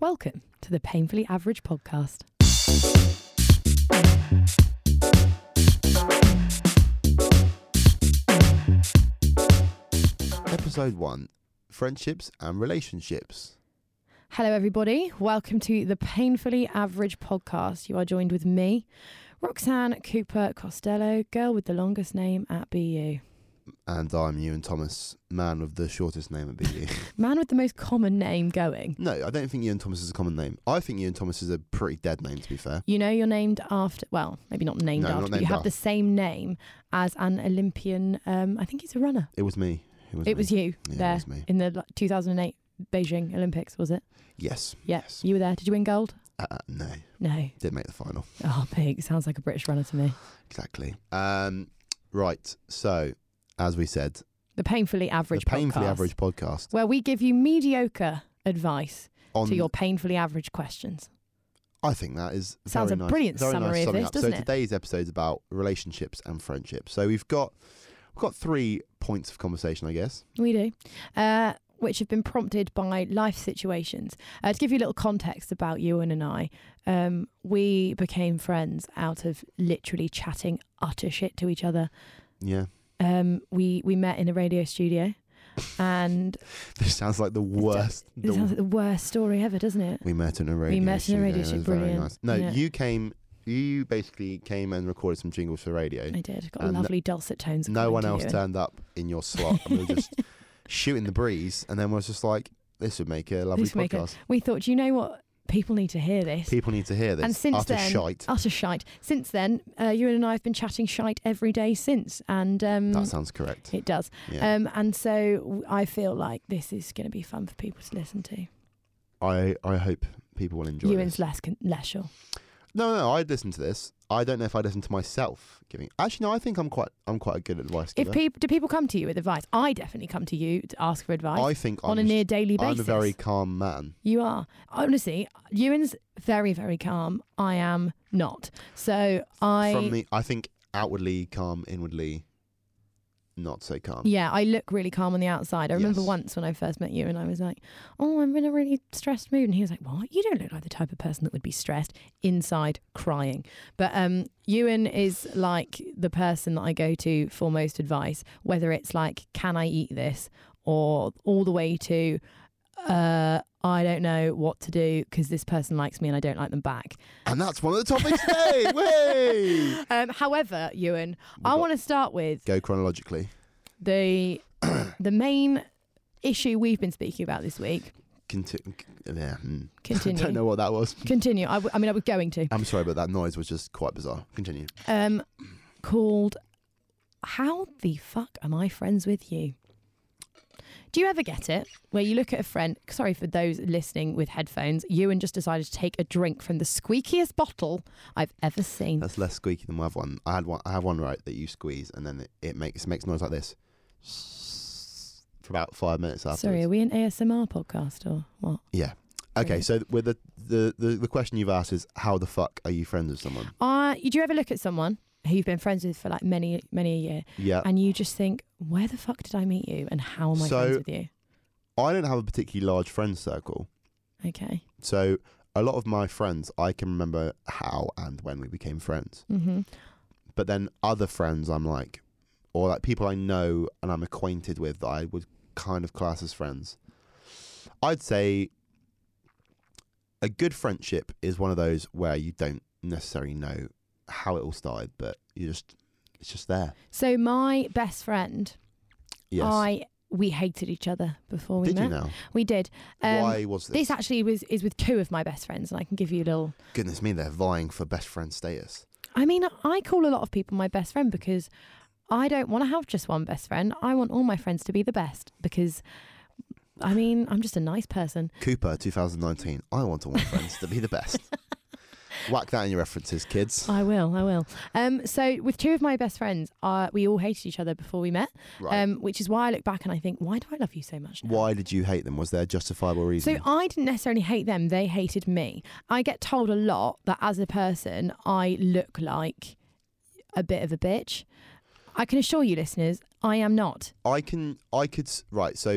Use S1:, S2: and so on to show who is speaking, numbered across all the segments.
S1: Welcome to the Painfully Average podcast.
S2: Episode 1 Friendships and Relationships.
S1: Hello, everybody. Welcome to the Painfully Average podcast. You are joined with me, Roxanne Cooper Costello, girl with the longest name at BU,
S2: And I'm Ewan Thomas, man with the shortest name at BU.
S1: man with the most common name going.
S2: no, I don't think Ewan Thomas is a common name. I think Ewan Thomas is a pretty dead name, to be fair.
S1: You know, you're named after, well, maybe not named
S2: No,
S1: after,
S2: not
S1: but you
S2: named
S1: have the same name as an Olympian. Um, I think he's a runner.
S2: It was me. It was
S1: It
S2: me.
S1: was you
S2: Yeah,
S1: there
S2: It was me.
S1: in the like, 2008 Beijing Olympics, was it?
S2: Yes.
S1: Yeah.
S2: Yes.
S1: You were there. Did you win gold?
S2: Uh, uh, no,
S1: No.
S2: did make the final.
S1: Oh, pig. Sounds like a British runner to me.
S2: Exactly. Um, right. So, as we said,
S1: The Painfully Average
S2: the Painfully
S1: podcast,
S2: Average podcast
S1: Where we give you mediocre advice
S2: on
S1: to your painfully average questions.
S2: I think that is
S1: Sounds
S2: very
S1: a
S2: nice-
S1: brilliant
S2: very
S1: summary
S2: nice
S1: of
S2: summing
S1: this,
S2: up.
S1: doesn't
S2: so
S1: it?
S2: today's episode's about relationships and friendships. So we've got we've got three points of conversation, I guess.
S1: We do. Uh, which have been prompted by life situations. Uh, to give you a little context about Ewan and I, um, we became friends out of literally chatting utter shit to each other.
S2: Yeah,
S1: Um, we, we met in a radio studio and
S2: this sounds like the worst.
S1: it
S2: the-
S1: sounds like the worst story ever, doesn't it?
S2: we met in a radio.
S1: met in a radio
S2: studio, it
S1: studio,
S2: was very
S1: brilliant.
S2: nice. No,
S1: Yeah.
S2: you came. You basically came and recorded some jingles for radio.
S1: I did. Got
S2: And no-
S1: lovely dulcet tones.
S2: No
S1: according
S2: one
S1: to
S2: else
S1: Ewan.
S2: turned up in your slot, and we were just shooting the breeze. And then was just like, this would make a lovely
S1: This would make a-
S2: podcast.
S1: We thought, you know what? People need to hear this.
S2: People need to hear this.
S1: And since
S2: utter
S1: then-
S2: shite.
S1: Utter shite. Since then, uh, Ewan and I have been chatting shite every day since, and um,
S2: that sounds correct.
S1: it does.
S2: Yeah.
S1: Um, and so w- I feel like this is going to be fun for people to listen to.
S2: I I hope people will enjoy.
S1: Ewan's
S2: this.
S1: less con- less sure.
S2: No, no, I'd listen to this. I don't know if I'd listen to myself giving. Actually, no, I think I'm quite, I'm quite a good advice
S1: If
S2: giver.
S1: people do people come to you with advice, I definitely come to you to ask for advice
S2: I think
S1: on a
S2: I'm,
S1: near daily basis.
S2: I'm a very calm man.
S1: You are honestly Ewan's very very calm. I am not. So I
S2: From the, I think outwardly calm, inwardly not so calm.
S1: Yeah, I look really calm on the outside. I remember
S2: Yes.
S1: once when I first met you and I was like, oh, I'm in a really stressed mood. And he was like, what? You don't look like the type of person that would be stressed inside crying. But um, Ewan is like the person that I go to for most advice, whether it's like, can I eat this? Or all the way to, uh, I don't know what to do because this person likes me and I don't like them back.
S2: And that's one of the topics today. Way
S1: Um, however, Ewan, I
S2: got-
S1: want to start with
S2: go chronologically.
S1: the the main issue we've been speaking about this week.
S2: Conti- yeah, mm.
S1: Continue.
S2: don't know what that was.
S1: Continue. I, w- I mean, I was going to.
S2: I'm sorry, but that noise was just quite bizarre. Continue.
S1: Um, called "How the fuck am I friends with you?" Do you ever get it where you look at a friend? Sorry for those listening with headphones. Ewan just decided to take a drink from the squeakiest bottle I've ever seen.
S2: That's less squeaky than my other one. I had one. I have one right that you squeeze, and then it, it makes makes noise like this for about five minutes after.
S1: Sorry, are we an ASMR podcast or what?
S2: Okay, so with the, the the the question you've asked is how the fuck are you friends with someone?
S1: Uh, you do you ever look at someone who you've been friends with for like many many a year,
S2: Yeah,
S1: and you just think, where the fuck did I meet you, and how am I
S2: Uh, So-
S1: friends with you?
S2: I don't have a particularly large friend circle,
S1: Okay.
S2: so a lot of my friends I can remember how and when we became friends.
S1: hmm
S2: But then other friends I'm like, or like people I know and I'm acquainted with that I would kind of class as friends. I'd say a good friendship is one of those where you don't necessarily know how it all started, but you just it's just there.
S1: So my best friend,
S2: Yes.
S1: Oh, I we hated each other before we
S2: Did
S1: met.
S2: you now?
S1: We did. Um,
S2: Why was
S1: This actually was is with two of my best friends, and I can give you a little.
S2: Goodness me, they're vying for best friend status.
S1: I mean, I call a lot of people my best friend because I don't want to have just one best friend. I want all my friends to be the best because, I mean, I'm just a nice person.
S2: Cooper, 2019. I want all my friends to be the best. Whack that in your references, kids.
S1: I will, I will. Um, so with two of my best friends, uh, we all hated each other before we met,
S2: Right.
S1: um, which is why I look back and I think, why do I love you so much? Now?
S2: Why did you hate them? Was there a justifiable reason?
S1: So I didn't necessarily hate them, they hated me. I get told a lot that as a person, I look like a bit of a bitch. I can assure you, listeners, I am not.
S2: I can, I could, s- right. So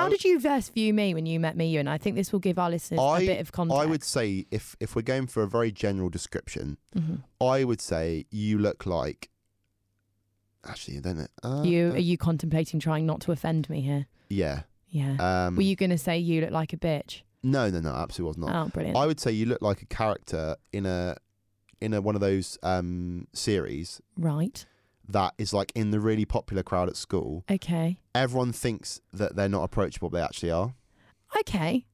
S1: How
S2: I-
S1: did you first view me when you met me, Ewan? I think this will give our listeners a
S2: I-
S1: bit of context.
S2: I would say if if we're going for a very general description,
S1: Mhm.
S2: I would say you look like. Actually, I don't know. Uh,
S1: you
S2: uh,
S1: are you contemplating trying not to offend me here?
S2: yeah.
S1: Yeah.
S2: Um,
S1: Were you going to say you look like a bitch?
S2: No, no, no. Absolutely was not.
S1: Oh, brilliant.
S2: I would say you look like a character in a in a one of those um, series
S1: right.
S2: that is like in the really popular crowd at school.
S1: Okay.
S2: Everyone thinks that they're not approachable, but they actually are.
S1: Okay.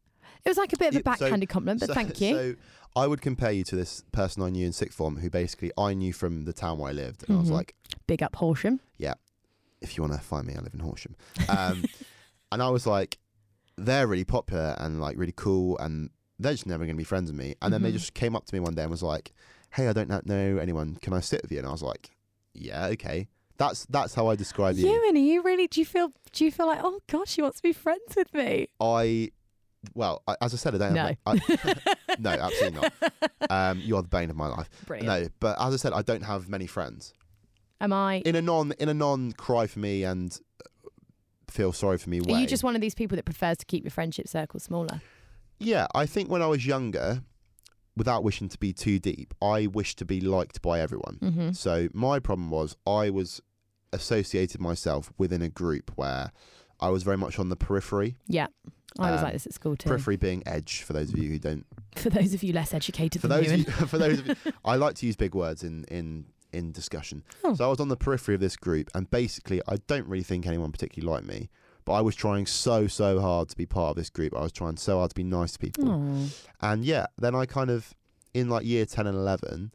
S1: It was like a bit of a
S2: Yeah, so-
S1: backhanded compliment, but
S2: So-
S1: thank you.
S2: So I would compare you to this person I knew in sixth form, who basically I knew from the town where I lived, and I was
S1: Mhm.
S2: like,
S1: Big up Horsham.
S2: if you want to find me, I live in Horsham. Um, and I was like, they're really popular and like really cool, and they're just never going to be friends with me. And then they
S1: Mhm.
S2: just came up to me one day and was like, "Hey, I don't kn- know anyone. Can I sit with you?" And I was like, "Yeah, okay." That's that's how I describe you.
S1: Ewan, are you really? Do you feel? Do you feel like? Oh gosh, she wants to be friends with me.
S2: I, well, I, as I said, I don't.
S1: No.
S2: Have, I, no, absolutely not. um, you are the bane of my life.
S1: Brilliant.
S2: No, but as I said, I don't have many friends.
S1: Am I?
S2: In a non in a non cry for me and feel sorry for me way.
S1: Are you just one of these people that prefers to keep your friendship circle smaller?
S2: Yeah, I think when I was younger, without wishing to be too deep, I wished to be liked by everyone.
S1: Mm-hmm.
S2: So my problem was I was associated myself within a group where I was very much on the periphery.
S1: I was
S2: Um,
S1: like this at school too.
S2: Periphery being edge, for those of you who don't.
S1: for those of you less educated
S2: For
S1: than
S2: those,
S1: Ewan,
S2: of you, for those, of you, I like to use big words in in in discussion.
S1: Oh.
S2: So I was on the periphery of this group, and basically, I don't really think anyone particularly liked me. But I was trying so so hard to be part of this group. I was trying so hard to be nice to people.
S1: Aw.
S2: And yeah, then I kind of in like year ten and eleven,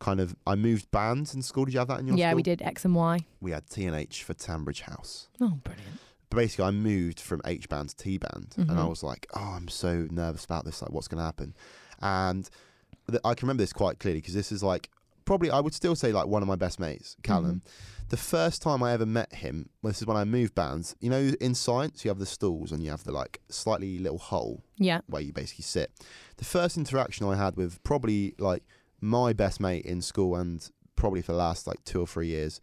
S2: kind of I moved bands in school. Did you have that in your
S1: yeah,
S2: school?
S1: we did X and Y.
S2: We had T and H for Tambridge House.
S1: Oh, brilliant.
S2: But basically, I moved from H band to T band, and I
S1: Mhm.
S2: was like, oh, I'm so nervous about this. Like, what's going to happen? And th- I can remember this quite clearly because this is like probably I would still say like one of my best mates, Callum. The first time I ever met him, well, this is when I moved bands. You know, in science, you have the stools and you have the like slightly little hole
S1: Yeah.
S2: where you basically sit. The first interaction I had with probably like my best mate in school and probably for the last like two or three years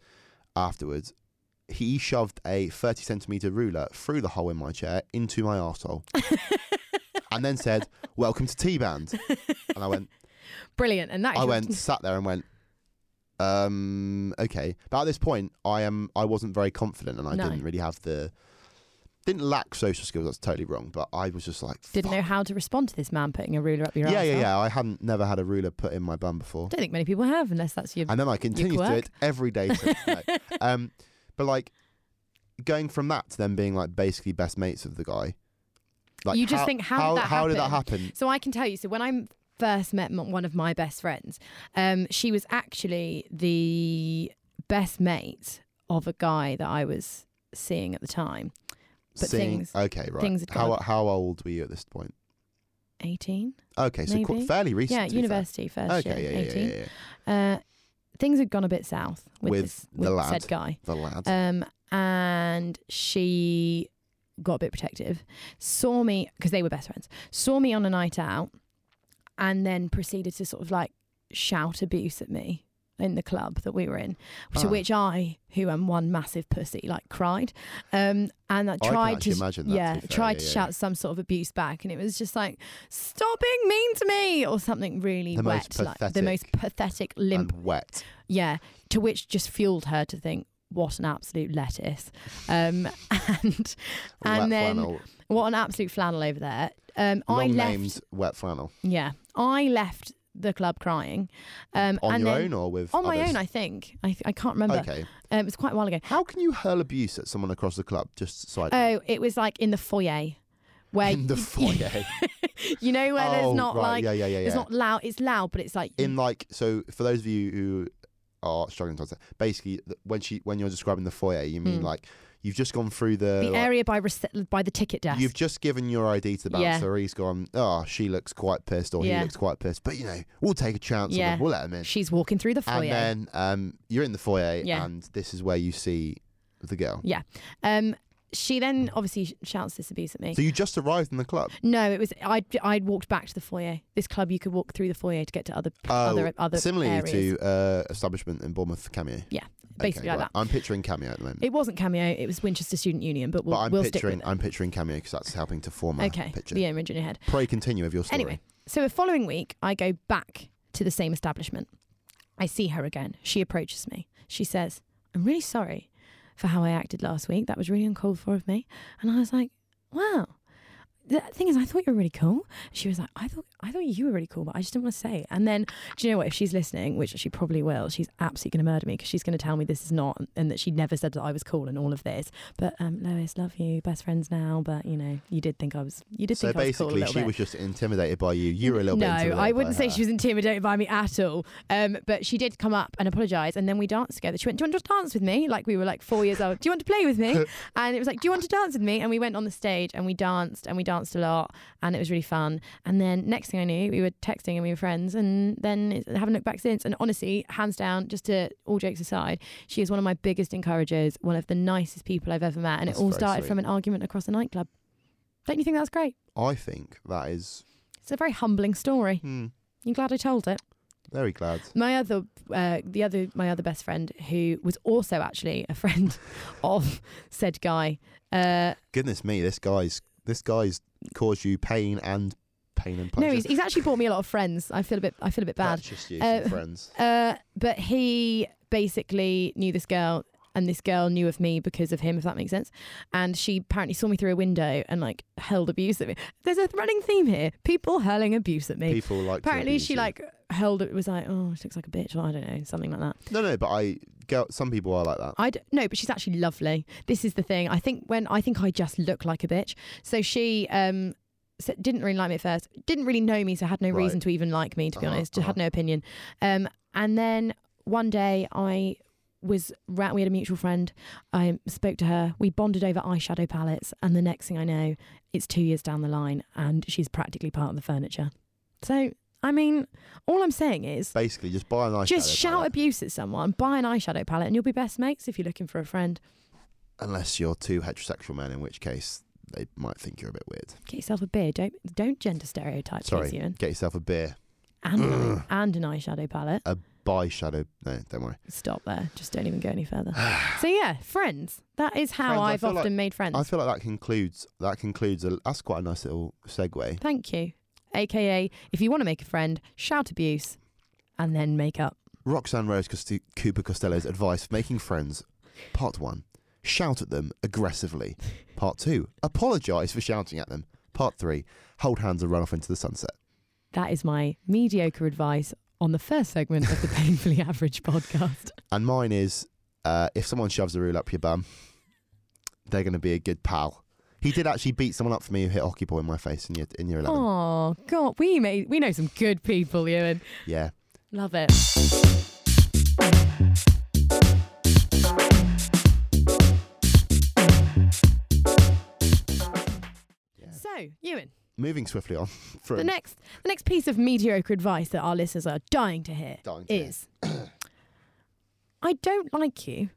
S2: afterwards, he shoved a 30 centimeter ruler through the hole in my chair into my arsehole and then said, Welcome to T Band. And I went,
S1: Brilliant. And that is
S2: I
S1: your-
S2: went, sat there and went, um, okay. But at this point, I am, I wasn't very confident, and I
S1: No.
S2: didn't really have the, didn't lack social skills. That's totally wrong. But I was just like,
S1: Didn't
S2: "Fuck,
S1: know how to respond to this man putting a ruler up your
S2: yeah,
S1: arsehole.
S2: yeah, yeah. I hadn't never had a ruler put in my bum before,
S1: Don't think many people have, unless that's your.
S2: and then I continued to do
S1: quirk?
S2: it every day. Since. No. Um, but like going from that to them being like basically best mates of the guy. Like
S1: You just think, how did that
S2: how did that happen?
S1: So I can tell you. So when I first met m- one of my best friends, um, she was actually the best mate of a guy that I was seeing at the time. But
S2: Seeing-
S1: things-
S2: okay, right.
S1: things had
S2: how
S1: gone-
S2: how old were you at this point?
S1: 18?
S2: Okay, so qu-
S1: Maybe.
S2: fairly recent.
S1: Yeah,
S2: to be fair.
S1: university first
S2: Okay,
S1: year.
S2: yeah, yeah,
S1: 18.
S2: yeah, yeah.
S1: Uh, things had gone a bit south with,
S2: With
S1: this,
S2: the
S1: with
S2: lad.
S1: said guy.
S2: The lad.
S1: Um, and she got a bit protective, saw me because they were best friends, saw me on a night out, and then proceeded to sort of like shout abuse at me in the club that we were in. To
S2: Ah.
S1: which I, who am one massive pussy, like cried, um, and I
S2: Oh, I can
S1: tried
S2: actually
S1: to.
S2: imagine that.
S1: Yeah,
S2: to be fair.
S1: tried
S2: yeah,
S1: to
S2: yeah,
S1: shout some sort of abuse back, and it was just like, "Stop being mean to me," or something really
S2: The
S1: wet,
S2: most
S1: like the most pathetic
S2: yeah.
S1: limp
S2: and wet.
S1: yeah, to which just fueled her to think, what an absolute lettuce. Um, and
S2: wet
S1: and then
S2: flannel.
S1: what an absolute flannel over there. Um, I
S2: Long
S1: left.
S2: named wet flannel.
S1: Yeah, I left the club crying. Um,
S2: on
S1: and
S2: your
S1: then,
S2: own or with
S1: On my
S2: others?
S1: own, I think. I, I can't remember.
S2: Okay.
S1: Um, it was quite a while ago.
S2: How can you hurl abuse at someone across the club? Just slightly.
S1: Oh, it was like in the foyer. Where
S2: in the foyer.
S1: you know where
S2: oh,
S1: there's not
S2: right.
S1: like
S2: yeah, yeah, yeah, yeah.
S1: it's not loud. It's loud, but it's like
S2: in like so for those of you who are struggling to understand, basically th- when she when you're describing the foyer, you mean
S1: Mm.
S2: like you've just gone through the,
S1: the
S2: like,
S1: area by rece- by the ticket desk.
S2: You've just given your ID to the
S1: Yeah.
S2: bouncer. He's gone. Oh, she looks quite pissed, or
S1: Yeah.
S2: he looks quite pissed. But you know, we'll take a chance.
S1: Yeah.
S2: on him. we'll let him in.
S1: She's walking through the foyer.
S2: and then um, you're in the foyer,
S1: Yeah.
S2: and this is where you see the girl.
S1: Um, she then obviously sh- shouts this abuse at me.
S2: So you just arrived in the club.
S1: no, it was I'd I'd walked back to the foyer. This club you could walk through the foyer to get to other
S2: Oh,
S1: other other
S2: Similarly
S1: areas.
S2: to uh, establishment in Bournemouth, Cameo.
S1: Yeah, basically like
S2: right. I'm picturing Cameo at the moment,
S1: It wasn't cameo. It was Winchester Student Union, but we'll,
S2: but I'm
S1: we'll stick
S2: picturing
S1: with it.
S2: I'm picturing Cameo because that's helping to form my
S1: okay,
S2: picture.
S1: the image in your head.
S2: Pray continue with your story.
S1: Anyway, so the following week, I go back to the same establishment. I see her again. She approaches me. She says, I'm really sorry for how I acted last week. That was really uncalled for of me. And I was like, wow. The thing is, I thought you were really cool. She was like, I thought I thought you were really cool, but I just didn't want to say. it." And then, do you know what? If she's listening, which she probably will, she's absolutely going to murder me because she's going to tell me this is not and that she never said that I was cool and all of this. But um, Lois, love you, best friends now. But you know, you did think I was. You did
S2: so
S1: think I was cool. a
S2: basically,
S1: little
S2: she
S1: bit.
S2: was just intimidated by you. You were a little
S1: no,
S2: bit. intimidated
S1: I
S2: by
S1: wouldn't say
S2: her.
S1: she was intimidated by me at all. Um, but she did come up and apologise, and then we danced together. She went, "Do you want to dance with me?" Like we were like four years old. Do you want to play with me? And it was like, "Do you want to dance with me?" And we went on the stage and we danced and we danced a lot, and it was really fun. And then next thing I knew, we were texting and we were friends, and then it's- I haven't looked back since. And honestly, hands down, just to all jokes aside, she is one of my biggest encouragers, one of the nicest people I've ever met, and
S2: That's
S1: it all
S2: very
S1: started
S2: sweet.
S1: from an argument across a nightclub. Don't you think that's great?
S2: I think that is
S1: It's a very humbling story.
S2: hmm,
S1: You glad I told it?
S2: very glad.
S1: My other, uh, the other, my other best friend, who was also actually a friend of said guy. Uh,
S2: Goodness me, this guy's this guy's caused you pain and pain and pleasure.
S1: no, he's, he's actually brought me a lot of friends. I feel a bit, I feel a bit bad.
S2: That's just you,
S1: Uh,
S2: some friends.
S1: Uh, but he basically knew this girl, and this girl knew of me because of him, if that makes sense. And she apparently saw me through a window and like hurled abuse at me. There's a running theme here: people hurling abuse at me.
S2: People like. to
S1: apparently,
S2: abuse
S1: she
S2: you.
S1: like hurled it was like, oh, she looks like a bitch. Or I don't know, something like that.
S2: No, no, but I. Girl, some people are like that.
S1: I d- no, but she's actually lovely. This is the thing. I think when I think I just look like a bitch. So she um s- didn't really like me at first. Didn't really know me, so had no
S2: Right.
S1: reason to even like me. To be
S2: Uh-huh,
S1: honest, Just had
S2: uh-huh.
S1: no opinion. Um, and then one day I was ra- we had a mutual friend. I spoke to her. We bonded over eyeshadow palettes, and the next thing I know, it's two years down the line, and she's practically part of the furniture. So. I mean, all I'm saying is
S2: Basically, just buy an eyeshadow.
S1: just shout
S2: palette,
S1: abuse at someone, buy an eyeshadow palette, and you'll be best mates if you're looking for a friend.
S2: Unless you're two heterosexual men, in which case they might think you're a bit weird.
S1: Get yourself a beer. Don't don't gender stereotype,
S2: Sorry.
S1: please, Ewan.
S2: Get yourself a beer.
S1: And an eye- and an eyeshadow palette.
S2: Buy shadow. No, don't worry.
S1: Stop there. Just don't even go any further. so yeah, friends. That is how
S2: Friends, I
S1: I've
S2: feel like-
S1: often made friends.
S2: I feel like that concludes. That concludes. A, that's quite a nice little segue.
S1: Thank you. AKA, if you want to make a friend, shout abuse, and then make up.
S2: Roxanne Rose Costi- Cooper Costello's advice for making friends. Part one: shout at them aggressively. Part two: apologise for shouting at them. Part three: hold hands and run off into the sunset.
S1: That is my mediocre advice on the first segment of the Painfully Average podcast.
S2: And mine is: uh, if someone shoves a rule up your bum, they're going to be a good pal. He did actually beat someone up for me who hit hockey ball in my face in year in year eleven.
S1: Oh God, we made we know some good people, Ewan.
S2: Yeah.
S1: Love it.
S2: Yeah.
S1: So, Ewan.
S2: Moving swiftly on from
S1: The next, the next piece of mediocre advice that our listeners are dying to hear
S2: Dying to hear.
S1: is: I don't like you,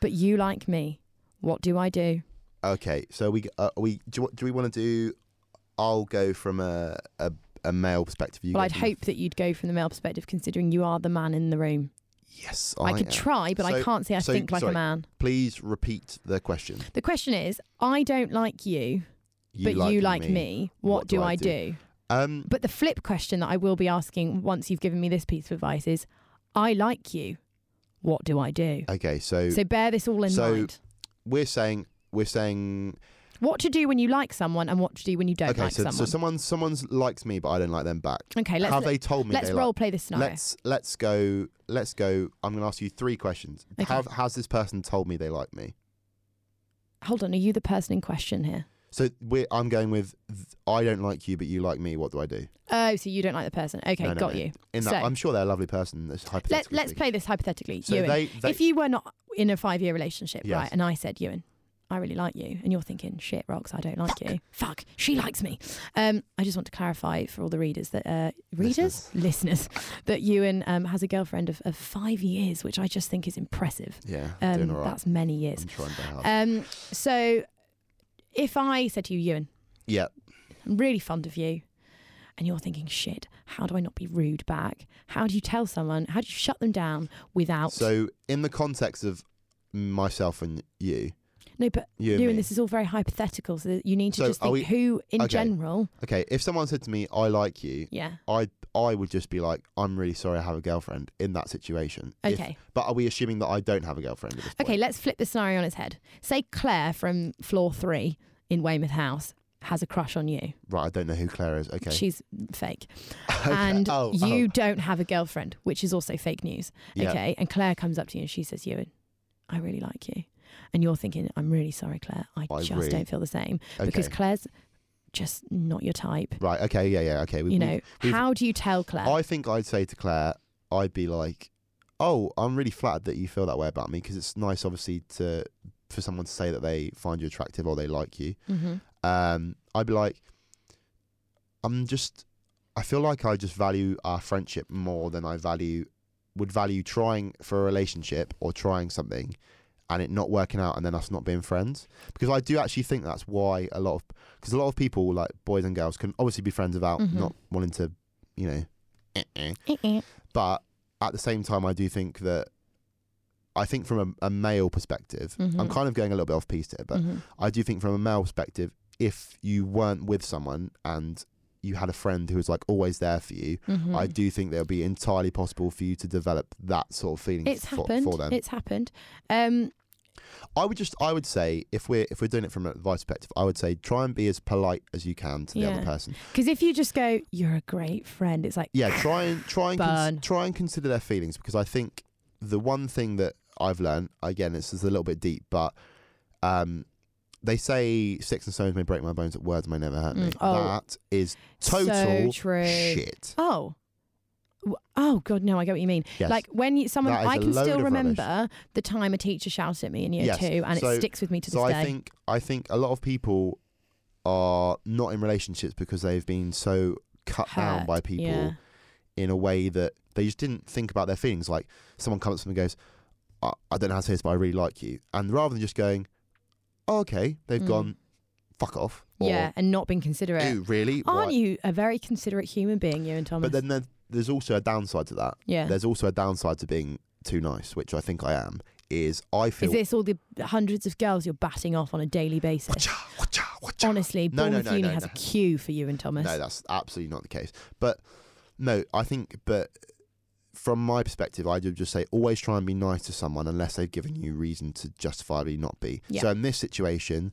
S1: but you like me. What do I do?
S2: Okay, so we uh, we do, you wa- do we want to do? I'll go from a a, a male perspective. You
S1: well,
S2: go
S1: I'd
S2: from the-
S1: hope that you'd go from the male perspective, considering you are the man in the room.
S2: Yes,
S1: I,
S2: I,
S1: could
S2: am.
S1: try, but I
S2: So-
S1: can't say I
S2: so-
S1: think like
S2: sorry.
S1: a man.
S2: Please repeat the question.
S1: The question is: I don't like you,
S2: You
S1: but you like me. What, do, I do?
S2: Um,
S1: But the flip question that I will be asking once you've given me this piece of advice is: I like you. What do I do?
S2: okay, so,
S1: So bear this all in
S2: so-
S1: mind.
S2: we're saying we're saying
S1: What to do when you like someone and what to do when you don't
S2: okay.
S1: like
S2: so
S1: someone.
S2: so someone someone's likes me, but I don't like them back.
S1: okay, let's
S2: Have they told me
S1: let's
S2: they
S1: role
S2: like?
S1: play this scenario.
S2: Let's let's go. Let's go. I'm going to ask you three questions.
S1: Okay.
S2: Have has this person told me they like me?
S1: Hold on, are you the person in question here?
S2: So we're, I'm going with th- I don't like you, but you like me. What do I do?
S1: Oh, so you don't like the person. Okay,
S2: No, no,
S1: got
S2: no.
S1: you.
S2: In that,
S1: So-
S2: I'm sure they're a lovely person. That's
S1: Let,
S2: hypothetically
S1: let's
S2: speaking.
S1: play this hypothetically.
S2: So
S1: Ewan,
S2: they, they
S1: if you were not in a five year relationship,
S2: Yes.
S1: right, and I said, Ewan, I really like you, and you're thinking, shit, rocks, I don't like you. Fuck, she likes me. Um, I just want to clarify for all the readers that, uh, readers? Listeners. that Ewan um, has a girlfriend of, of five years, which I just think is impressive.
S2: yeah,
S1: Um, Uh,
S2: doing all right.
S1: That's many years.
S2: I'm trying very hard.
S1: Um, so if I said to you, Ewan,
S2: Yeah.
S1: I'm really fond of you. And you're thinking, shit, how do I not be rude back? How do you tell someone? How do you shut them down without.
S2: So in the context of myself and you,
S1: no, but
S2: you and
S1: you
S2: me.
S1: and this is all very hypothetical. So you need to
S2: So
S1: just
S2: are
S1: think
S2: we-
S1: who, in
S2: okay.
S1: general.
S2: okay, if someone said to me, "I like you,"
S1: Yeah.
S2: I I would just be like, "I'm really sorry, I have a girlfriend." In that situation, If-
S1: Okay.
S2: but are we assuming that I don't have a girlfriend? At this
S1: Okay,
S2: Point?
S1: let's flip the scenario on its head. Say Claire from floor three in Weymouth House has a crush on you.
S2: Right. I don't know who Claire is. Okay.
S1: She's fake.
S2: Okay,
S1: And
S2: oh, oh,
S1: you don't have a girlfriend, which is also fake news.
S2: yeah.
S1: Okay. And Claire comes up to you and she says, Ewan, I really like you. And you're thinking, I'm really sorry, Claire. I,
S2: I
S1: just
S2: really-
S1: don't feel the same.
S2: oh, Okay.
S1: Because Claire's just not your type.
S2: right. Okay. Yeah. Yeah. Okay. We,
S1: you
S2: we-
S1: know,
S2: we've-
S1: how do you tell Claire?
S2: I think I'd say to Claire, I'd be like, "Oh, I'm really flattered that you feel that way about me because it's nice, obviously, to for someone to say that they find you attractive or they like you."
S1: Mhm.
S2: Um, I'd be like, "I'm just, I feel like I just value our friendship more than I value would value trying for a relationship or trying something." And it not working out, and then us not being friends, because I do actually think that's why a lot of because a lot of people like boys and girls can obviously be friends without
S1: Mhm.
S2: not wanting to, you know, eh-eh.
S1: Eh-eh.
S2: But at the same time, I do think that I think from a, a male perspective, I'm
S1: Mhm.
S2: kind of going a little bit off piece here, but
S1: Mhm.
S2: I do think from a male perspective, if you weren't with someone and you had a friend who was like always there for you,
S1: Mhm.
S2: I do think there'll be entirely possible for you to develop that sort of feeling
S1: It's
S2: for,
S1: happened.
S2: for them.
S1: It's happened. Um,
S2: I would just, I would say, if we're if we're doing it from an advice perspective, I would say try and be as polite as you can to the other
S1: Yeah.
S2: person.
S1: Because if you just go, you're a great friend, it's like,
S2: yeah try and try and cons-
S1: Burn.
S2: try and consider their feelings because i think the one thing that i've learned again this is a little bit deep but um they say sticks and stones may break my bones but words may never hurt me
S1: Mm, oh.
S2: that is
S1: so
S2: total
S1: true.
S2: shit
S1: Oh. W- Oh, God, no, I get what you mean.
S2: yes
S1: Like when you, someone,
S2: That is
S1: I
S2: a
S1: can
S2: load
S1: still
S2: of rubbish.
S1: remember the time a teacher shouted at me in year
S2: Yes.
S1: two and
S2: So-
S1: it sticks with me to this
S2: so
S1: day.
S2: i think i think a lot of people are not in relationships because they've been so cut down
S1: Hurt,
S2: by people
S1: yeah.
S2: in a way that they just didn't think about their feelings. Like someone comes up to them and goes, I, I don't know how to say this, but I really like you. And rather than just going, oh, okay, they've
S1: Mm.
S2: gone, fuck off. Or,
S1: yeah, and not being considerate.
S2: Ew, really?
S1: Aren't
S2: Why?"
S1: you a very considerate human being, you and Thomas?
S2: But then there- there's also a downside to that.
S1: yeah.
S2: There's also a downside to being too nice, which I think I am, is I
S1: Is
S2: feel.
S1: this all the hundreds of girls you're batting off on a daily basis?
S2: Watcha, watcha, watcha.
S1: Honestly,
S2: No,
S1: Bournemouth
S2: no, no,
S1: Uni
S2: no,
S1: has
S2: no.
S1: a queue for you and Thomas.
S2: No, that's absolutely not the case. But no, I think, but from my perspective, I would just say always try and be nice to someone unless they've given you reason to justifiably not be.
S1: Yeah.
S2: So in this situation,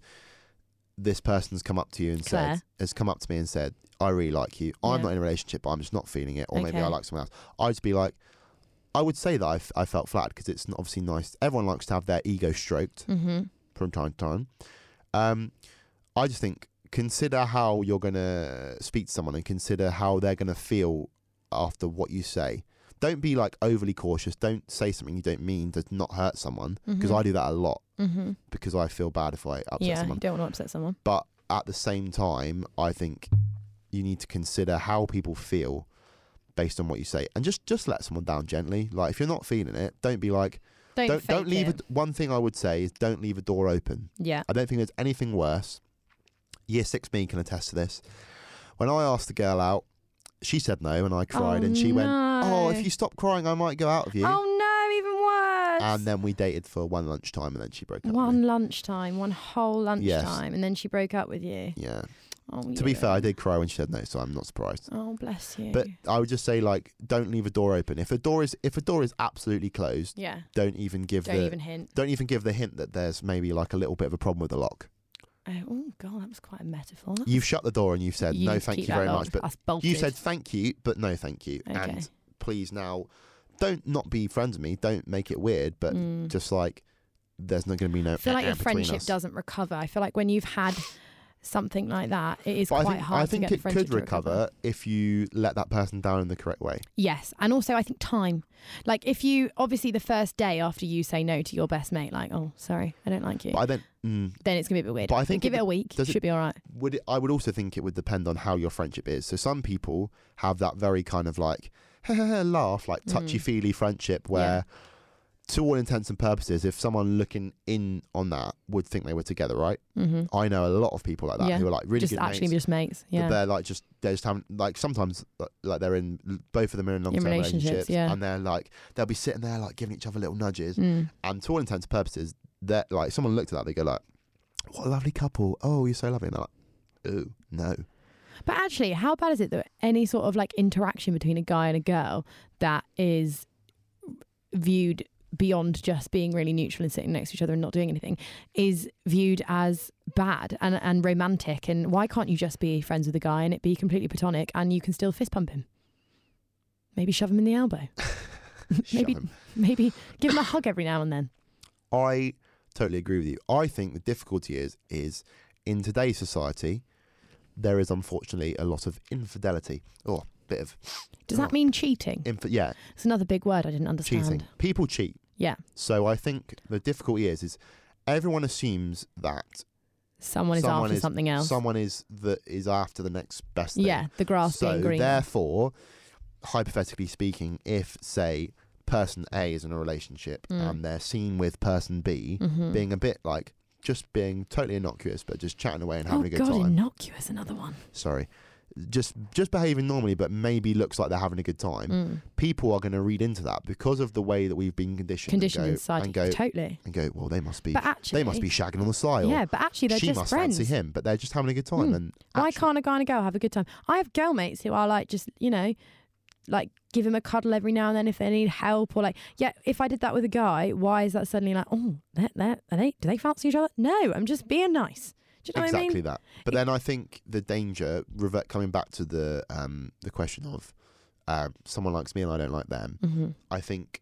S2: this person's come up to you and said,
S1: Claire.
S2: has come up to me and said, I really like you. I'm
S1: Yeah.
S2: not in a relationship, but I'm just not feeling it. Or maybe I
S1: Okay.
S2: like someone else. I'd be like, I would say that I, f- I felt flattered because it's n- obviously nice. Everyone likes to have their ego stroked
S1: Mm-hmm.
S2: from time to time. Um, I just think consider how you're going to speak to someone and consider how they're going to feel after what you say. Don't be like overly cautious. Don't say something you don't mean to not hurt someone because I do that a lot
S1: Mm-hmm.
S2: because I feel bad if I upset
S1: Yeah,
S2: someone.
S1: you don't want to upset someone.
S2: But at the same time, I think you need to consider how people feel based on what you say and just just let someone down gently like if you're not feeling it don't be like
S1: Don't
S2: don't don't
S1: fake
S2: leave
S1: it.
S2: a, one thing i would say is don't leave a door open
S1: Yeah.
S2: I don't think there's anything worse. Year six me can attest to this. When I asked the girl out, she said no, and I cried,
S1: oh,
S2: and she
S1: no.
S2: went, "Oh, if you stop crying, I might go out with you."
S1: Oh no, even worse.
S2: And then we dated for one lunchtime, and then she broke up. with me.
S1: One lunchtime, one whole lunchtime,
S2: Yes.
S1: and then she broke up with you.
S2: Yeah.
S1: Oh,
S2: To be fair, I did cry when she said no, so I'm not surprised.
S1: Oh, bless you.
S2: But I would just say, like, don't leave a door open. If a door is if a door is absolutely closed,
S1: yeah,
S2: don't even give
S1: don't
S2: the
S1: even hint.
S2: don't even give the hint that there's maybe like a little bit of a problem with the lock.
S1: Oh, oh, god, that was quite a metaphor. That-
S2: You've shut the door and you've said
S1: need
S2: no,
S1: to Oh.
S2: thank
S1: keep
S2: you
S1: that
S2: very
S1: locked.
S2: much, but
S1: That's bolted.
S2: You said thank you, but no thank you.
S1: Okay.
S2: And please now, don't not be friends with me. Don't make it weird, but
S1: Mm.
S2: just like there's not going to be no.
S1: I feel like your
S2: between
S1: friendship
S2: us.
S1: doesn't recover. I feel like when you've had something like that, it is
S2: But I
S1: quite
S2: think,
S1: hard
S2: I think
S1: to get the
S2: it
S1: friendship
S2: could
S1: to
S2: recover, if you let that person down in the correct way.
S1: Yes, and also I think time. Like if you obviously the first day after you say no to your best mate, like oh sorry, I don't like you,
S2: But I don't. Mm,
S1: then it's gonna be a bit weird.
S2: but I think
S1: give
S2: it
S1: it, a week,
S2: does it-
S1: should be all right.
S2: would it, I would also think it would depend on how your friendship is. So some people
S1: Mm.
S2: have that very kind of like laugh, like touchy feely friendship where to all intents and purposes, if someone looking in on that would think they were together, right?
S1: Mm-hmm.
S2: I know a lot of people like that
S1: Yeah.
S2: who are like really
S1: just
S2: good
S1: actually
S2: mates.
S1: just mates.
S2: but
S1: Yeah.
S2: they're like just they're just having like sometimes like- like they're in both of them are in long term
S1: relationships,
S2: relationships,
S1: yeah.
S2: and they're like they'll be sitting there like giving each other little nudges
S1: Mm.
S2: and to all intents and purposes that like someone looked at that they go like what a lovely couple oh you're so lovely and they're like ooh no
S1: But actually, how bad is it that any sort of like interaction between a guy and a girl that is viewed beyond just being really neutral and sitting next to each other and not doing anything is viewed as bad and, and romantic? And why can't you just be friends with a guy and it be completely platonic and you can still fist pump him? Maybe shove him in the elbow.
S2: Shut
S1: Maybe-
S2: him.
S1: Maybe give him a hug every now and then.
S2: I totally agree with you I think the difficulty is is in today's society there is unfortunately a lot of infidelity oh bit of
S1: Does that mean cheating?
S2: inf- yeah
S1: It's another big word I didn't understand.
S2: cheating people cheat
S1: Yeah.
S2: so I think the difficulty is is everyone assumes that
S1: Someone is
S2: Someone
S1: after
S2: is-
S1: something else.
S2: someone is that is after the next best thing.
S1: yeah, the grass
S2: so
S1: being green.
S2: therefore, hypothetically speaking, if say person A is in a relationship
S1: Mm.
S2: and they're seen with person B
S1: Mhm.
S2: being a bit like just being totally innocuous but just chatting away and
S1: oh
S2: having a good
S1: God,
S2: time.
S1: innocuous! Another one.
S2: Sorry. Just just behaving normally but maybe looks like they're having a good time.
S1: Mm.
S2: People are going to read into that because of the way that we've been conditioned
S1: Conditioned
S2: and go,
S1: inside
S2: and go,
S1: totally.
S2: and go well they must be
S1: But actually,
S2: they must be shagging on the side. or
S1: Yeah, but actually, they're
S2: she
S1: just
S2: must
S1: friends.
S2: fancy him, but they're just having a good time.
S1: Mm.
S2: And
S1: Why
S2: actually-
S1: can't a guy and a girl have a good time? I have girl mates who are like just you know, like give him a cuddle every now and then if they need help or like yeah. If I did that with a guy, why is that suddenly like oh they're, they're, are they do they fancy each other? No, I'm just being nice. Do you know
S2: exactly
S1: what I mean?
S2: that. But then I think the danger, revert coming back to the um, the question of uh, someone likes me and I don't like them.
S1: Mhm.
S2: I think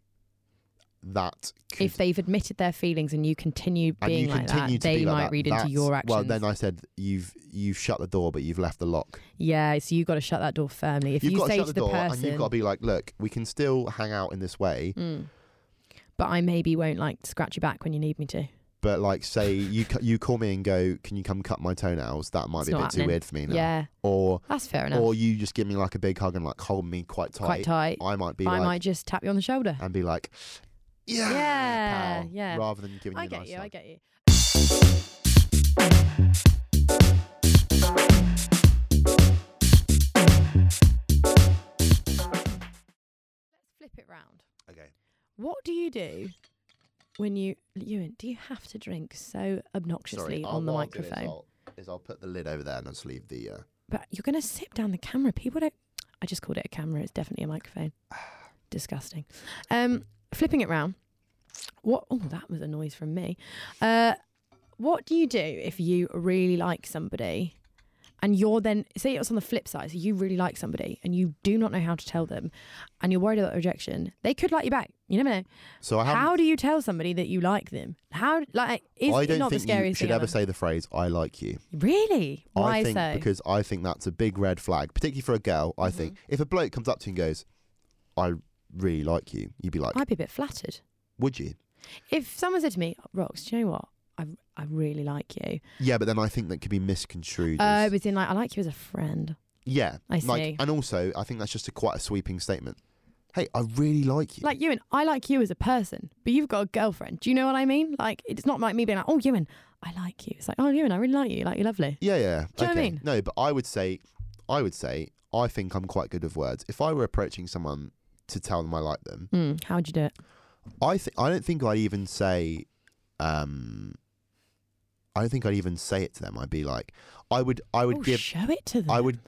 S2: that could,
S1: If they've admitted their feelings and you continue
S2: and
S1: being
S2: you
S1: like
S2: continue
S1: that,
S2: to
S1: they
S2: be like
S1: might
S2: that,
S1: read into
S2: that's-
S1: your actions.
S2: Well, then I said you've you've shut the door, but you've left the lock.
S1: yeah, so you've got to shut that door firmly. If
S2: you've
S1: you
S2: got to
S1: say
S2: shut
S1: to
S2: the
S1: the
S2: door,
S1: person,
S2: and you've got to be like, look, we can still hang out in this way,
S1: Mm. But I maybe won't like scratch your back when you need me to.
S2: but like, say you cu- you call me and go, can you come cut my toenails? That might
S1: It's
S2: be a bit
S1: not
S2: too
S1: happening.
S2: weird for me now.
S1: Yeah,
S2: Or
S1: that's fair enough.
S2: or you just give me like a big hug and like hold me quite tight.
S1: Quite tight.
S2: I might be
S1: I
S2: like,
S1: might just tap you on the shoulder.
S2: and be like, yeah,
S1: Yeah,
S2: pal,"
S1: yeah.
S2: rather than giving
S1: I
S2: you a
S1: get
S2: nice
S1: you.
S2: hug.
S1: I get you. Let's flip it round.
S2: Okay.
S1: What do you do when you, Ewan? Do you have to drink so obnoxiously
S2: Sorry, I'll-
S1: on the
S2: what I'll do is
S1: microphone?
S2: I'll- Is I'll put the lid over there and I'll just leave the. Uh,
S1: But you're going to sip down the camera. People don't. I just called it a camera. It's definitely a microphone. Disgusting. Um, flipping it round. What? Oh, that was a noise from me. Uh, what do you do if you really like somebody, and you're then say it's on the flip side? So you really like somebody, and you do not know how to tell them, and you're worried about rejection. They could like you back. You never know.
S2: so I haven't.
S1: How do you tell somebody that you like them? How like is
S2: I
S1: it
S2: don't
S1: not
S2: think
S1: the scariest
S2: you should
S1: thing
S2: ever
S1: ever?
S2: say the phrase "I like you."
S1: Really? Why
S2: I think
S1: so?
S2: because I think that's a big red flag, particularly for a girl. I think
S1: Mm-hmm.
S2: if a bloke comes up to you and goes, "I really like you," you'd be like,
S1: I'd be a bit flattered.
S2: "Would you?"
S1: If someone said to me, "Rox, do you know what? I I really like you."
S2: Yeah, but then I think that could be misconstrued.
S1: Uh,
S2: as-
S1: was in like, "I like you as a friend."
S2: yeah,
S1: I see.
S2: like, and also I think that's just a quite a sweeping statement. Hey, I really like you.
S1: Like Ewan, I like you as a person, but you've got a girlfriend. Do you know what I mean? Like, it's not like me being like, "Oh, Ewan, I like you." It's like, "Oh, Ewan, I really like you. Like, you're lovely."
S2: Yeah, yeah.
S1: Do you know
S2: okay.
S1: what I mean?
S2: No, but I would say, I would say, I think I'm quite good with words. If I were approaching someone to tell them I like them,
S1: Mm, how'd you do it?
S2: I think I don't think I'd even say, um, I don't think I'd even say it to them. I'd be like, I would, I would
S1: oh,
S2: give,
S1: show it to them.
S2: I would.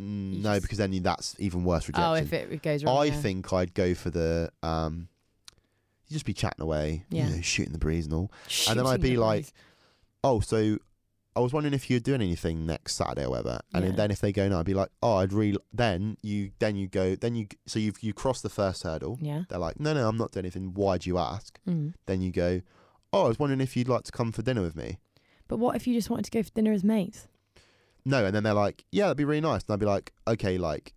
S2: Mm,
S1: You
S2: No,
S1: just-
S2: because then that's even worse rejection.
S1: Oh, if it goes wrong.
S2: I
S1: yeah.
S2: think I'd go for the um, you just be chatting away,
S1: Yeah.
S2: you know, shooting the breeze and all. and
S1: Shooting
S2: then I'd be
S1: the
S2: like,
S1: breeze.
S2: oh, so I was wondering if you're doing anything next Saturday or whatever. And
S1: Yeah.
S2: then if they go no, I'd be like, oh, I'd re. Then you, then you go, then you. So you've you cross the first hurdle.
S1: "Yeah."
S2: They're like, no, no, I'm not doing anything. Why'd you ask?
S1: Mm.
S2: Then you go, oh, I was wondering if you'd like to come for dinner with me.
S1: But what if you just wanted to go for dinner as mates?
S2: No, and then they're like, yeah, that'd be really nice. And I'd be like, okay, like,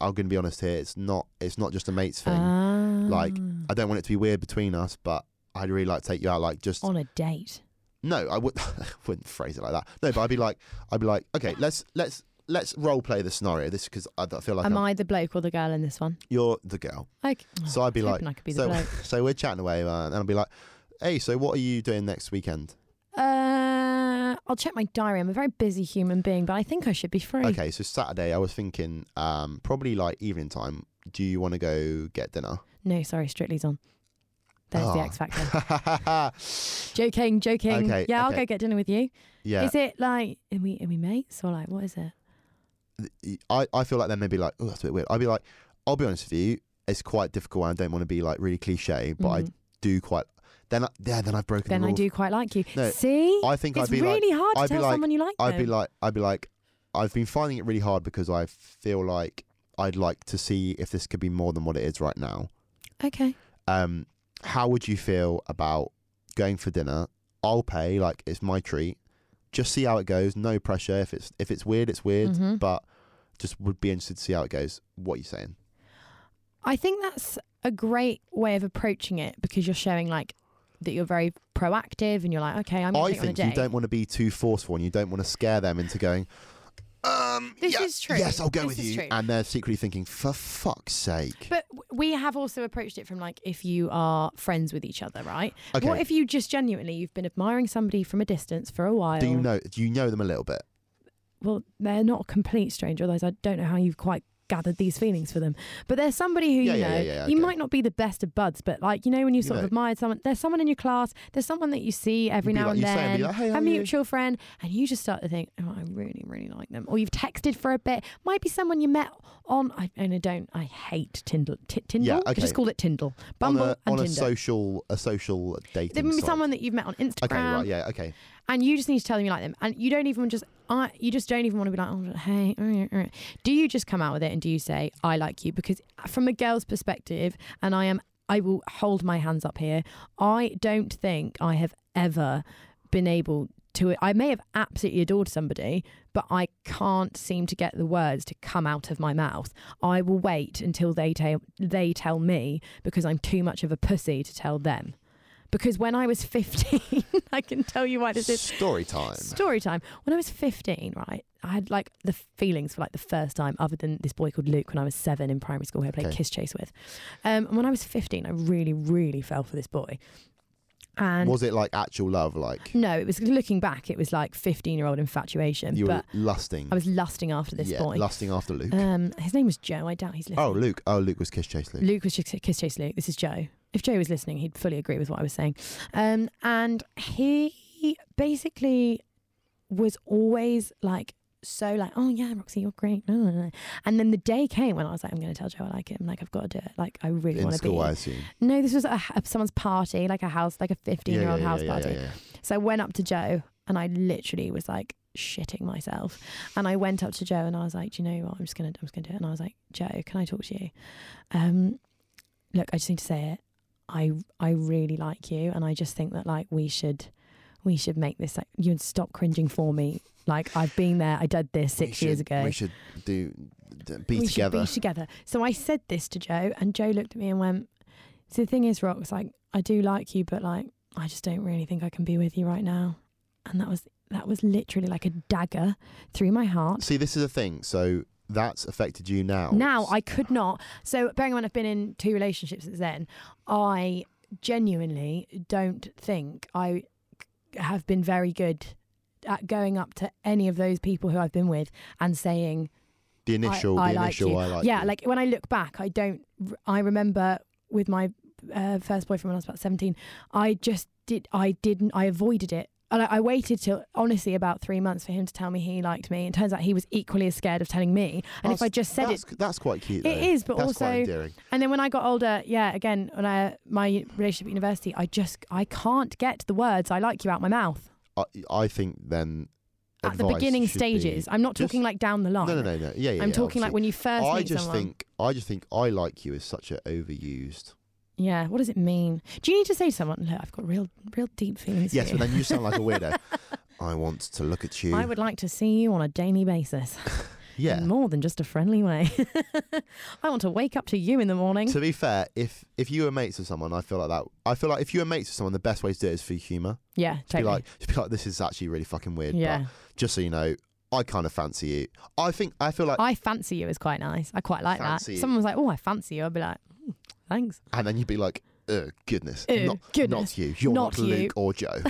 S2: I'm gonna be honest here. It's not, it's not just a mates thing. Like,
S1: Ah.
S2: I don't want it to be weird between us, but I'd really like to take you out. Like, just
S1: on a date.
S2: No, I would I wouldn't phrase it like that. No, but I'd be like I'd be like, okay, let's let's let's role play the scenario. This because I, I feel like
S1: Am
S2: I'm-
S1: I the bloke or the girl in this one?
S2: you're the girl.
S1: Like,
S2: So I'd be like,
S1: I could be the
S2: so,
S1: bloke.
S2: so we're chatting away, man, and I'll be like, hey, so what are you doing next weekend?
S1: Uh, I'll check my diary. I'm a very busy human being, but I think I should be free.
S2: Okay, so Saturday, I was thinking um, probably like evening time. Do you want to go get dinner?
S1: No, sorry, Strictly's on. There's the
S2: Ah.
S1: X Factor.
S2: Factor.
S1: joking, joking.
S2: Okay,
S1: yeah, I'll
S2: okay.
S1: go get dinner with you.
S2: yeah,
S1: Is it like are we are we mates or like what is it?
S2: I, I feel like they may be like, oh, that's a bit weird. I'd be like, I'll be honest with you, it's quite difficult. and I don't want to be like really cliche, but I
S1: Mhm.
S2: do quite. Then, I, yeah, then I've broken.
S1: then
S2: the
S1: I
S2: rule.
S1: do quite like you.
S2: No,
S1: See,
S2: I think
S1: it's
S2: I'd be like,
S1: really hard to
S2: I'd be
S1: tell
S2: like-
S1: someone you like.
S2: I'd be
S1: them.
S2: like, I'd be like, I've been finding it really hard because I feel like I'd like to see if this could be more than what it is right now.
S1: okay,
S2: Um, how would you feel about going for dinner? I'll pay, like it's my treat. Just see how it goes. No pressure. If it's if it's weird, it's weird.
S1: Mhm.
S2: But just would be interested to see how it goes. What are you saying?
S1: I think that's a great way of approaching it because you're showing like that you're very proactive and you're like, okay, I'm
S2: I
S1: going to on a
S2: think
S1: date.
S2: you don't want to be too forceful and you don't want to scare them into going. Um,
S1: This
S2: yeah,
S1: is true.
S2: Yes, I'll go
S1: This
S2: with
S1: is
S2: you.
S1: true.
S2: And they're secretly thinking, for fuck's sake.
S1: But w- we have also approached it from like if you are friends with each other, right?
S2: okay.
S1: What if you just genuinely you've been admiring somebody from a distance for a while?
S2: do you know? Do you know them a little bit?
S1: Well, they're not a complete stranger, otherwise I don't know how you've quite gathered these feelings for them. But there's somebody who
S2: Yeah,
S1: you
S2: yeah,
S1: know.
S2: yeah, yeah,
S1: You
S2: okay.
S1: might not be the best of buds, but like you know when you sort
S2: know.
S1: of admired someone, there's someone in your class, there's someone that you see every
S2: You'd be
S1: now
S2: like-
S1: and
S2: you'd say and
S1: then.
S2: be like, "Hey, how
S1: a
S2: are you?"
S1: mutual friend, and you just start to think, "Oh, I really, really like them." Or you've texted for a bit. Might be someone you met on. I, and I don't. I hate Tinder. T- Tinder.
S2: Yeah,
S1: I just
S2: okay.
S1: call it Tinder. Bumble
S2: on a,
S1: and
S2: on a
S1: Tinder.
S2: social a social dating.
S1: there may be
S2: site.
S1: someone that you've met on Instagram,
S2: Okay, right, yeah, okay.
S1: and you just need to tell them you like them, and you don't even just, I, you just don't even want to be like, oh, hey, all right, all right." do you just come out with it and do you say I like you? Because uh, from a girl's perspective, and I am, I will hold my hands up here. I don't think I have ever been able to. I may have absolutely adored somebody, but I can't seem to get the words to come out of my mouth. I will wait until they tell they tell me because I'm too much of a pussy to tell them. Because when I was 15, I can tell you why this is
S2: Story time.
S1: Story time. When I was 15, right, I had like the feelings for like the first time, other than this boy called Luke when I was seven in primary school who I played
S2: Okay.
S1: Kiss Chase with. Um, and when I was 15, I really, really fell for this boy. And
S2: was it like actual love? Like
S1: no, it was looking back, it was like 15 year old infatuation.
S2: you were
S1: but
S2: lusting?
S1: I was lusting after this
S2: yeah,
S1: boy.
S2: lusting after Luke.
S1: um, his name was Joe. I doubt he's listening.
S2: oh, Luke. Oh, Luke was kiss chase Luke.
S1: Luke was just Kiss Chase Luke. This is Joe. If Joe was listening, he'd fully agree with what I was saying. Um, and he basically was always like, so like, oh yeah, Roxy, you're great. No, no, no. And then the day came when I was like, I'm going to tell Joe I like him. Like, I've got to do it. Like, I really
S2: in
S1: want to be.
S2: school, I assume.
S1: No, this was at a, h- someone's party, like a house, like a 15
S2: yeah,
S1: year old
S2: yeah,
S1: house
S2: yeah,
S1: party.
S2: Yeah, yeah, yeah.
S1: So I went up to Joe and I literally was like shitting myself. And I went up to Joe and I was like, Do you know what? I'm just gonna I'm just gonna do it. And I was like, Joe, can I talk to you? Um look, I just need to say it. I I really like you and I just think that like we should we should make this like you would stop cringing for me. Like I've been there, I did this
S2: We
S1: six years
S2: should-
S1: ago.
S2: We should do d- be
S1: We should
S2: together.
S1: be together. So I said this to Joe, and Joe looked at me and went, "So the thing is, Rox, like I do like you, but like I just don't really think I can be with you right now." And that was that was literally like a dagger through my heart.
S2: See, this is a thing. So that's affected you now.
S1: Now I could not. So bearing in mind I've been in two relationships since then, I genuinely don't think I have been very good at going up to any of those people who I've been with and saying
S2: the initial,
S1: I
S2: the
S1: like
S2: initial,
S1: you.
S2: I like.
S1: yeah
S2: you.
S1: like when i look back i don't i remember with my uh, first boyfriend when i was about 17 i just did i didn't i avoided it and I, I waited till honestly about three months for him to tell me he liked me and turns out he was equally as scared of telling me and if
S2: That's-
S1: i just said it
S2: that's, that's quite cute.
S1: it
S2: though.
S1: is but
S2: that's quite
S1: also
S2: endearing.
S1: and then when i got older yeah again when i my relationship at university i just i can't get the words i like you out my mouth
S2: I, I think then
S1: at the
S2: advice
S1: beginning
S2: should be-
S1: stages i'm not
S2: just-
S1: talking like down the line
S2: No, no, no, no. Yeah, yeah.
S1: i'm
S2: yeah,
S1: talking
S2: obviously.
S1: like when you first
S2: I
S1: meet
S2: just
S1: someone.
S2: think I just think I like you is such an overused.
S1: Yeah, what does it mean? Do you need to say to someone, look, I've got real, real deep feelings. for
S2: Yes,
S1: you.
S2: but then you sound like a weirdo. I want to look at you.
S1: I would like to see you on a daily basis,
S2: yeah.
S1: in more than just a friendly way. I want to wake up to you in the morning.
S2: To be fair, if if you were mates with someone, I feel like that. I feel like if you were mates with someone, the best way to do it is through humour.
S1: yeah,
S2: Be
S1: totally.
S2: like, just be like, this is actually really fucking weird.
S1: yeah,
S2: But just so you know, I kind of fancy you. I think I feel like,
S1: I fancy you is quite nice. I quite like
S2: uh, Fancy you.
S1: that. Someone was like, "Oh, I fancy you." I'd be like, "Mm, "Thanks."
S2: and then you'd be like, oh goodness,
S1: Ew,
S2: not
S1: goodness.
S2: not you. You're not,
S1: Not you.
S2: Luke or Joe.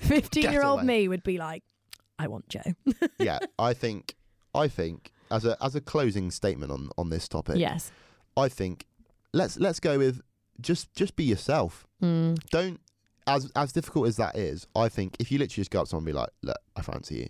S1: Fifteen-year-old
S2: away.
S1: me would be like, "I want Joe."
S2: yeah, I think I think as a as a closing statement on on this topic,
S1: yes.
S2: I think let's let's go with just just be yourself.
S1: Mm.
S2: Don't as as difficult as that is. I think if you literally just go up to someone and be like, look, I fancy you.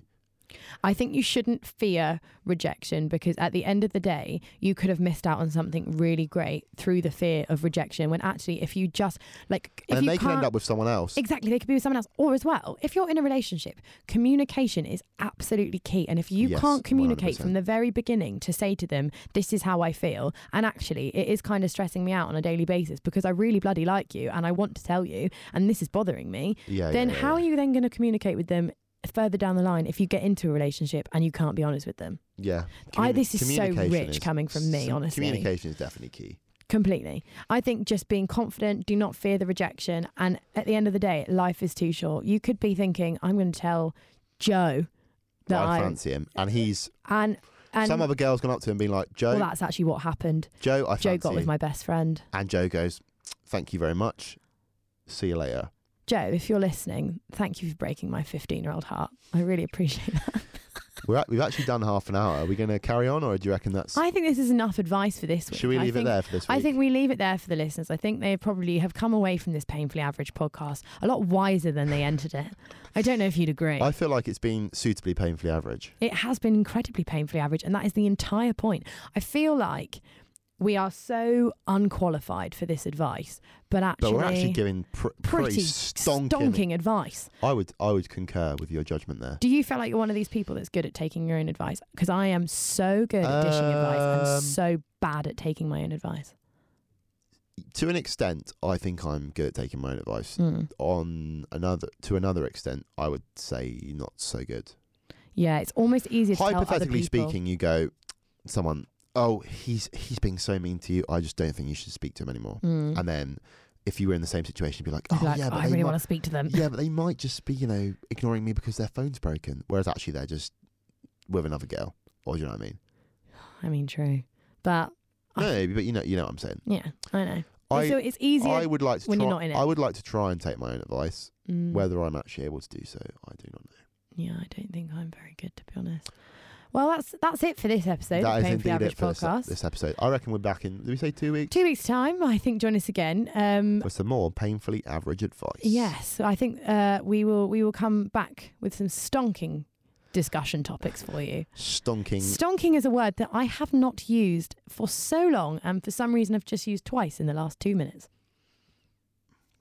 S1: I think you shouldn't fear rejection because at the end of the day, you could have missed out on something really great through the fear of rejection. When actually, if you just like, if
S2: and then
S1: you
S2: they
S1: can't,
S2: can end up with someone else.
S1: Exactly. They could be with someone else. Or as well, if you're in a relationship, communication is absolutely key. And if you
S2: Yes,
S1: can't communicate
S2: 100%.
S1: from the very beginning to say to them, this is how I feel, and actually it is kind of stressing me out on a daily basis because I really bloody like you and I want to tell you and this is bothering me,
S2: yeah.
S1: then
S2: yeah, yeah,
S1: how are
S2: yeah.
S1: you then going to communicate with them further down the line if you get into a relationship and you can't be honest with them?
S2: Yeah.
S1: I-
S2: Communi-
S1: this is so
S2: communication
S1: rich coming from me,
S2: some-
S1: honestly.
S2: Communication is definitely key.
S1: Completely. I think just being confident, do not fear the rejection. And at the end of the day, life is too short. You could be thinking, I'm going to tell Joe that
S2: I
S1: I,
S2: fancy him, and he's
S1: and and
S2: some other girl's gone up to him and been like, Joe,
S1: well, that's actually what happened.
S2: Joe, I fancy
S1: Joe got
S2: you.
S1: with my best friend.
S2: and Joe goes, thank you very much. See you later.
S1: Joe, if you're listening, thank you for breaking my 15 year old heart. I really appreciate that.
S2: We're at, we've actually done half an hour. Are we going to carry on, or do you reckon that's?
S1: I think this is enough advice for this week.
S2: should we
S1: I
S2: leave it
S1: think-
S2: there for this week?
S1: I think we leave it there for the listeners. I think they probably have come away from this painfully average podcast a lot wiser than they entered it. I don't know if you'd agree.
S2: I feel like it's been suitably painfully average.
S1: It has been incredibly painfully average, and that is the entire point. I feel like we are so unqualified for this advice, but actually,
S2: But we're actually giving pr- pretty,
S1: pretty
S2: stonking.
S1: stonking advice.
S2: I would I would concur with your judgment there.
S1: Do you feel like you're one of these people that's good at taking your own advice? Because I am so good at dishing advice
S2: Um,
S1: and so bad at taking my own advice.
S2: To an extent, I think I'm good at taking my own advice.
S1: Mm.
S2: On another, to another extent, I would say not so good.
S1: Yeah, it's almost easier to tell other
S2: Hypothetically
S1: people-
S2: speaking, you go, someone, oh, he's he's being so mean to you. I just don't think you should speak to him anymore.
S1: Mm.
S2: And then, if you were in the same situation, you'd be like,
S1: I'd
S2: oh
S1: be like,
S2: yeah, but
S1: I
S2: they
S1: really
S2: might-
S1: want to speak to them.
S2: yeah, but they might just be, you know, ignoring me because their phone's broken. Whereas actually they're just with another girl. Or do you know what I mean?
S1: I mean, true, but
S2: No, but you know, you know what I'm saying.
S1: yeah, I know. so
S2: I,
S1: Ah. it's easier.
S2: I would like to
S1: when
S2: try,
S1: you're not in it.
S2: I would like to try and take my own advice.
S1: Mm.
S2: Whether I'm actually able to do so, I do not know.
S1: Yeah, I don't think I'm very good to be honest. Well, that's that's it for this episode of
S2: that is
S1: Painfully
S2: indeed
S1: Average
S2: it for this, e-,
S1: Podcast.
S2: this episode. I reckon we're back in. Did we say two weeks?
S1: Two weeks' time, I think. Join us again. Um,
S2: For some more painfully average advice.
S1: yes, I think uh, we will we will come back with some stonking discussion topics for you.
S2: Stonking.
S1: Stonking is a word that I have not used for so long, and for some reason, I've just used twice in the last two minutes.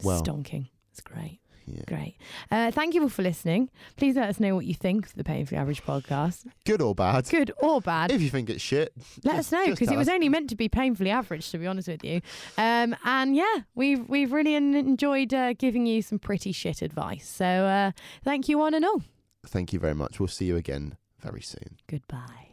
S2: Well.
S1: Stonking. It's great.
S2: yeah.
S1: Great. Uh, thank you all for listening. Please let us know what you think of the Painfully Average podcast.
S2: Good or bad.
S1: Good or bad.
S2: If you think it's shit,
S1: Let
S2: just-
S1: us know
S2: just
S1: because
S2: tell
S1: it was
S2: us.
S1: only meant to be painfully average, to be honest with you. Um, and yeah, we've we've really en- enjoyed uh, giving you some pretty shit advice. So uh, thank you, one and all.
S2: Thank you very much. We'll see you again very soon.
S1: Goodbye.